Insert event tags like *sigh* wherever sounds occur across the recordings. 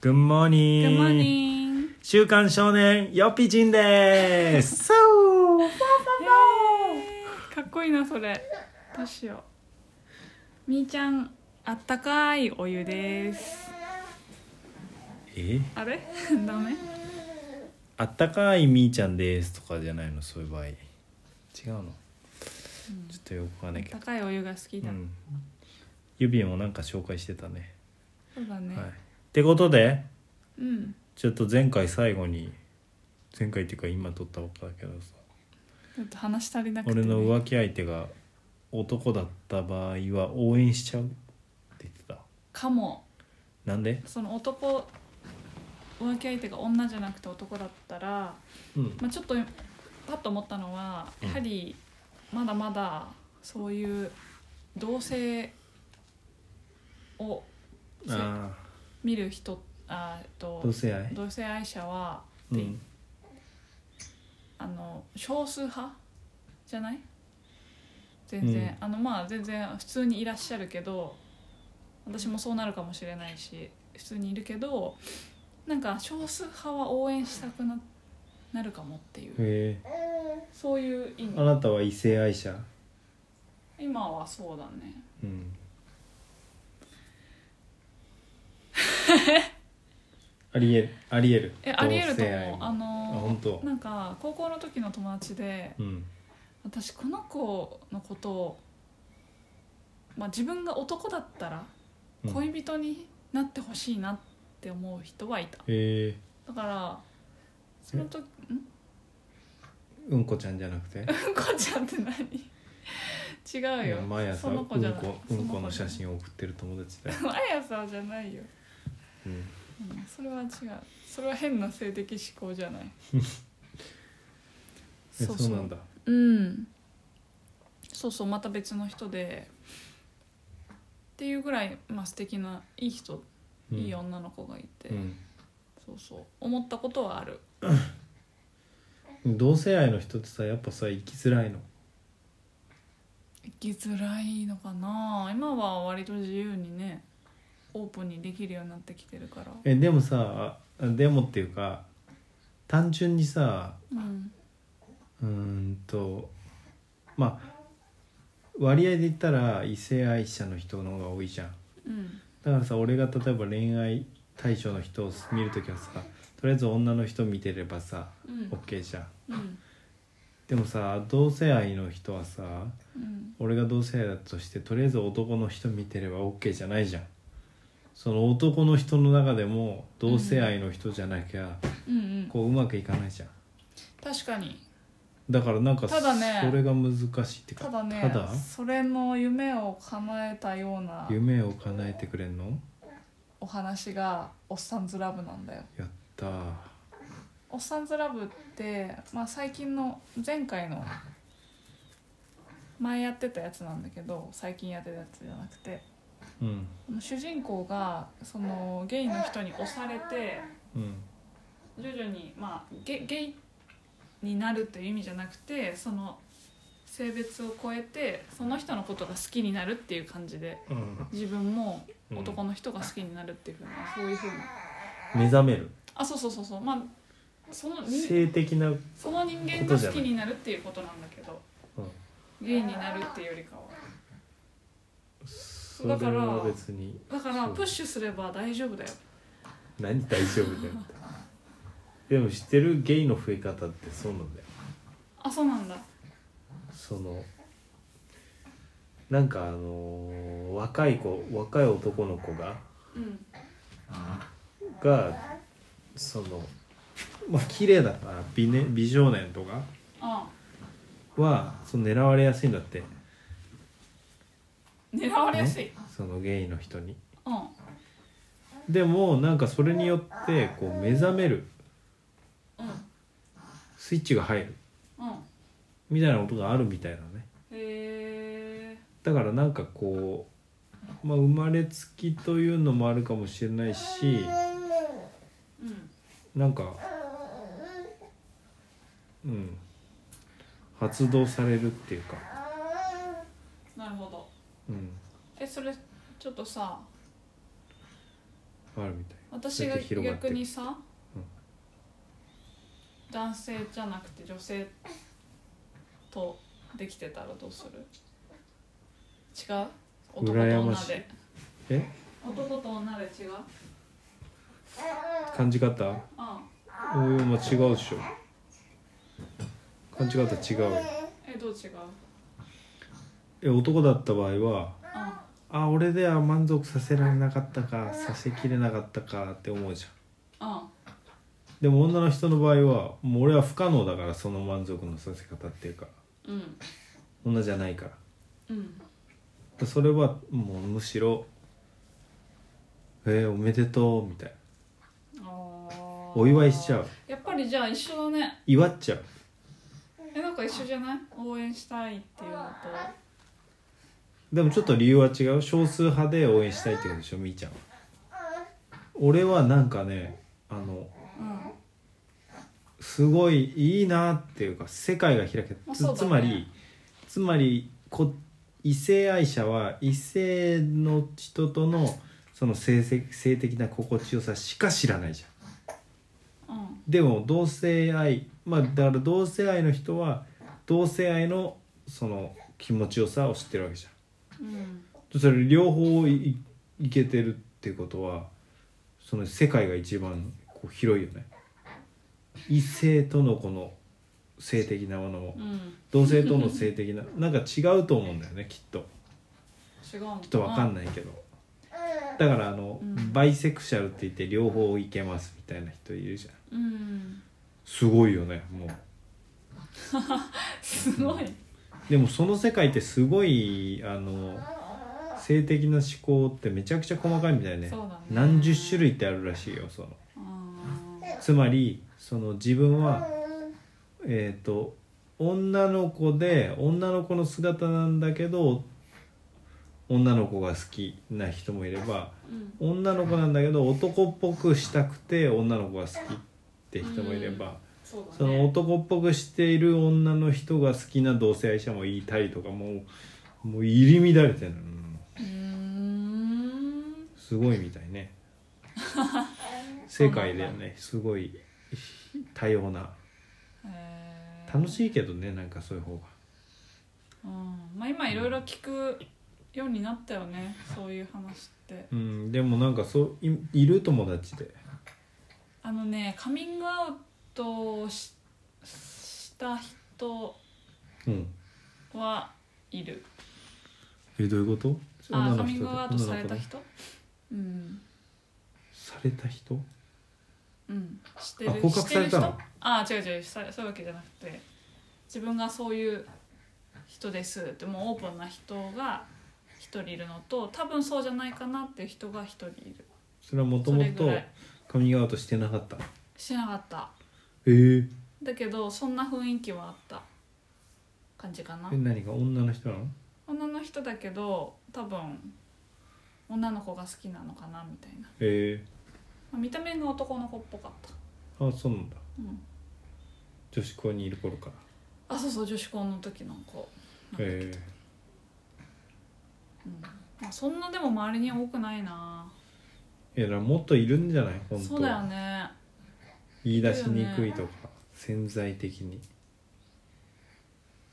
Good morning! グッモーニング週刊少年よっぴちんでー *laughs* すそうかっこいいなそれどうしようみーちゃんあったかいお湯ですえあれ *laughs* ダメあったかいみーちゃんですとかじゃないのそういう場合違うのちょっとよくわかんあなっいけどた、かいお湯が好きうだ、ん、指もなんか紹介してたねそうだね、はい、ってことでうんちょっと前回最後に前回っていうか今撮ったことだけどさちょっと話足りなくて、ね、俺の浮気相手が男だった場合は応援しちゃうって言ってたかもなんでその男浮気相手が女じゃなくて男だったら、うんまあ、ちょっとパッと思ったのはうんやはりまだまだそういう同性をせあ見る人あーえあっと同性愛同性愛者は、うでんあの少数派じゃない全然、あのまあ全然普通にいらっしゃるけど私もそうなるかもしれないし普通にいるけどなんか少数派は応援したくななるかもっていうへえそういう意あ味なたは異性愛者今はそうだね *laughs* うんありえるありえるえありえると同性愛思うもああの本当なんか高校の時の友達でうん私この子のことを、まあ、自分が男だったらうん恋人になってほしいなって思う人はいたへえだからその時んうんこちゃんじゃなく *laughs* てうんこちゃんって何違うよ毎朝そうのん子じゃないこうんこの写真を送ってる友達だよ、その子じゃない毎朝じゃないよ、うんうんそれは違うそれは変な性的思考じゃない *laughs* えそうなんだうんそうそうまた別の人でっていうぐらい、まあ素敵ないい人、うんいい女の子がいて、うそうそう思ったことはあるん、同性愛の人ってさやっぱさ生きづらいの生きづらいのかな今は割と自由にねオープンにできるようになってきてるからえでもさあでもっていうか単純にさうんうーんとまあ割合で言ったら異性愛者の人の方が多いじゃんうんだからさ俺が例えば恋愛対象の人を見るときはさとりあえず女の人見てればさうん OK じゃんうんでもさ同性愛の人はさうん俺が同性愛だとしてとりあえず男の人見てれば OK じゃないじゃんその男の人の中でも同性愛の人じゃなきゃ、うんうんこううまくいかないじゃん確かにだからなんかただねそれが難しいっていうかただねただそれの夢を叶えたような夢を叶えてくれんのお話が「おっさんずラブ」なんだよやったー「おっさんずラブ」って、まあ、最近の前回の前やってたやつなんだけど最近やってたやつじゃなくてうん主人公がそのゲイの人に押されてうん徐々に、まあ、ゲゲイになるという意味じゃなくてその性別を超えてその人のことが好きになるっていう感じでうん自分も男の人が好きになるっていうふうな、そういうふうな目覚めるあそうそうそうそうまあそのに性的な、うん、その人間が好きになるっていうことなんだけどゲイになるっていうよりかはそれは別にだからそうプッシュすれば大丈夫だよ何大丈夫だよってでも知ってるゲイの増え方ってそうなんだよあそうなんだそのなんかあのー若い子若い男の子がうんがそのまあ綺麗だから美,、ね、美少年とかあはその狙われやすいんだってあ狙われやすい、そのゲイの人にうんでもなんかそれによってこう目覚めるうスイッチが入るんうんみたいなことがあるみたいなねへえだからなんかこう、まあ、生まれつきというのもあるかもしれないしうんなんかうん発動されるっていうか、なるほどうん、えそれちょっとさあるみたい私そうやがって広がって逆にさ、うん男性じゃなくて女性とできてたらどうする違う男と羨ま女しいでえ男と女で違う感じ方あおいお前違うでしょ感じ方違うよえどう違うえ男だった場合はああ俺では満足させられなかったかさせきれなかったかって思うじゃんあでも女の人の場合はもう俺は不可能だからその満足のさせ方っていうかうん女じゃないからうんでそれはもうむしろ「えー、おめでとう」みたいなあお祝いしちゃううやっぱりじゃあ一緒だね祝っちゃうえなんか一緒じゃない応援したいっていうのとでもちょっと理由は違う少数派で応援したいってことでしょみーちゃんは俺はなんかねあのうんすごいいいなっていうか世界が開けまあたそうだつつねまりつまりこ異性愛者は異性の人とのその性せ性的な心地よさしか知らないじゃんうんでも同性愛まあだから同性愛の人は同性愛のその気持ちよさを知ってるわけじうんゃんそれ両方いいいけてるってことはその世界が一番こう広いよね異性とのこの性的なものもうん同性との性的な *laughs* なんか違うと思うんだよねきっと違うのきっとわかんないないけどだからあの、うんバイセクシャルって言って両方いけますみたいな人いるじゃんうんすごいよねもうすごいでもその世界ってすごいあの性的な思考ってめちゃくちゃ細かいみたいねそうだね何十種類ってあるらしいよそのあーつまりその自分はえっ、と女の子で女の子の姿なんだけど女の子が好きな人もいればうん女の子なんだけど男っぽくしたくて女の子が好きって人もいれば、そうそだのね男っぽくしている女の人が好きな同性愛者もいたりとかもうもう入り乱れてるのうんうーんすごいみたいね世界だよねすごい多様なへー楽しいけどねなんかそういう方がうんまあ今いろいろ聞くようになったよねそういう話ってうんでもなんかそういいる友達であのねカミングアウトをしした人うんはいるえどういうことあ女カのミン人でグアウトされた女の子で人うんされた人うんしてるあ告白されたのしてる人あ違う違うさそういうわけじゃなくて自分がそういう人ですってもうオープンな人が一人いるのと多分そうじゃないかなっていう人が一人いるそれはもとそもれぐとらいカミングアウトしてなかったしてなかったえー、だけどそんな雰囲気はあった感じかなえ何が女の人なの女の人だけど多分女の子が好きなのかなみたいなえまあ見た目が男の子っぽかった、ー、あそうなんだうん、女子校にいる頃からあそうそう女子校の時の子えまあ、そんなでも周りには多くないなえいやだからもっといるんじゃない本当そうだよね言い出しにくいとか、潜在的に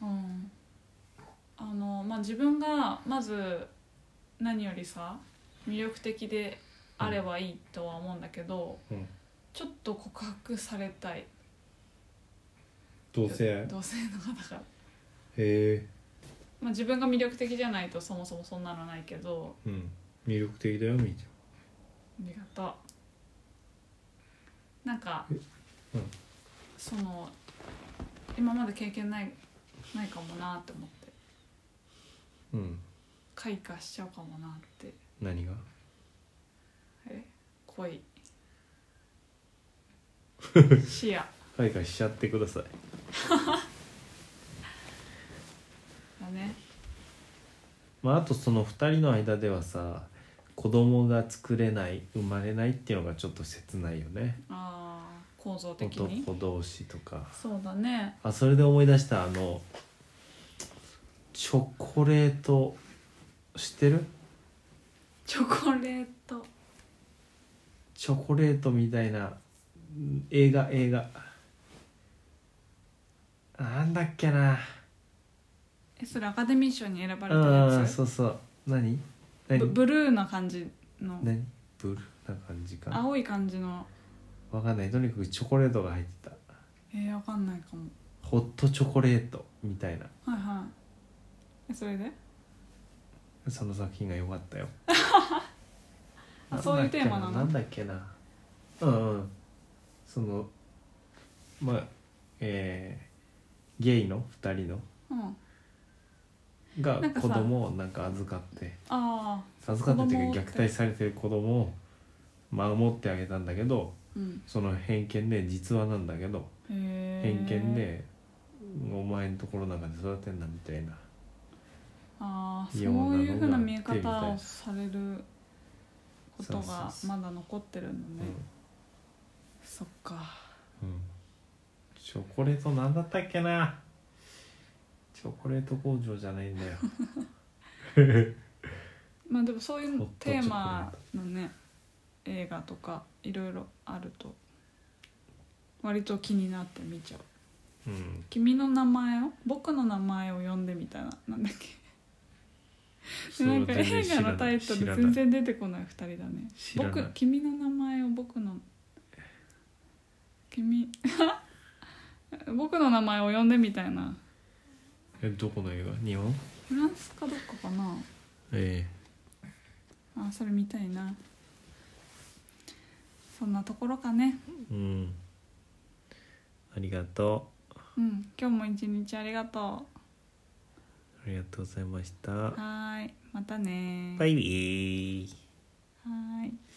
うんあのまあ自分がまず何よりさ魅力的であればいいとは思うんだけど、うんちょっと告白されたい同性愛へ同性の方から、えまあ、自分が魅力的じゃないとそもそもそんなのないけどうん魅力的だよみーちありがとうなんか、えうんその今まで経験ないないかもなって思ってゃんうん開花しちゃうかもなって何がえ恋視野開花しちゃってくださいだねまああとその2人の間ではさ子供が作れない生まれないっていうのがちょっと切ないよねあー構造的に男同士とかそうだねあそれで思い出したあのチョコレート知ってるチョコレートチョコレートみたいなうん映画映画なんだっけなえそれアカデミー賞に選ばれたうんやつそうそう何何ブブルーな感じの何ブルーな感じかな青い感じのわかんないとにかくチョコレートが入ってたえー、わかんないかもホットチョコレートみたいなはいはいえそれでその作品が良かったよ *laughs* あそういうテーマなのなんだっけなうんうんそのまあえー、ゲイの2人のうんがなんか子さ供をなんか預かってああ授かってという子供かを虐待されてる子供を守ってあげたんだけどうんその偏見で実話なんだけどへえ偏見でお前のところなんかで育てんなみたいなああそようなのがういうふうな見えテレビ方でをされることがそうそうそまだ残ってるのねそっかうん、うん、チョコレートなんだったっけなチョコレート工場じゃないんだよまあでもそういホッうトチョコレテートーマのね映画とかいろいろあると割と気になって見ちゃううん「君の名前を僕の名前を呼んで」みたいななんだっけそれなはんか全然映知画らのなタイいト知ルら全ない然出てこない2人だね知らない僕君の名前を僕の君 *laughs* 僕の名前を呼んでみたいなえどこの映画日本フランスかどっかかなえあそれ見たいなそんなところかねえうんありがとうん今日も一日ありがとうありがとうございましたうはーいまたねバイビーはーい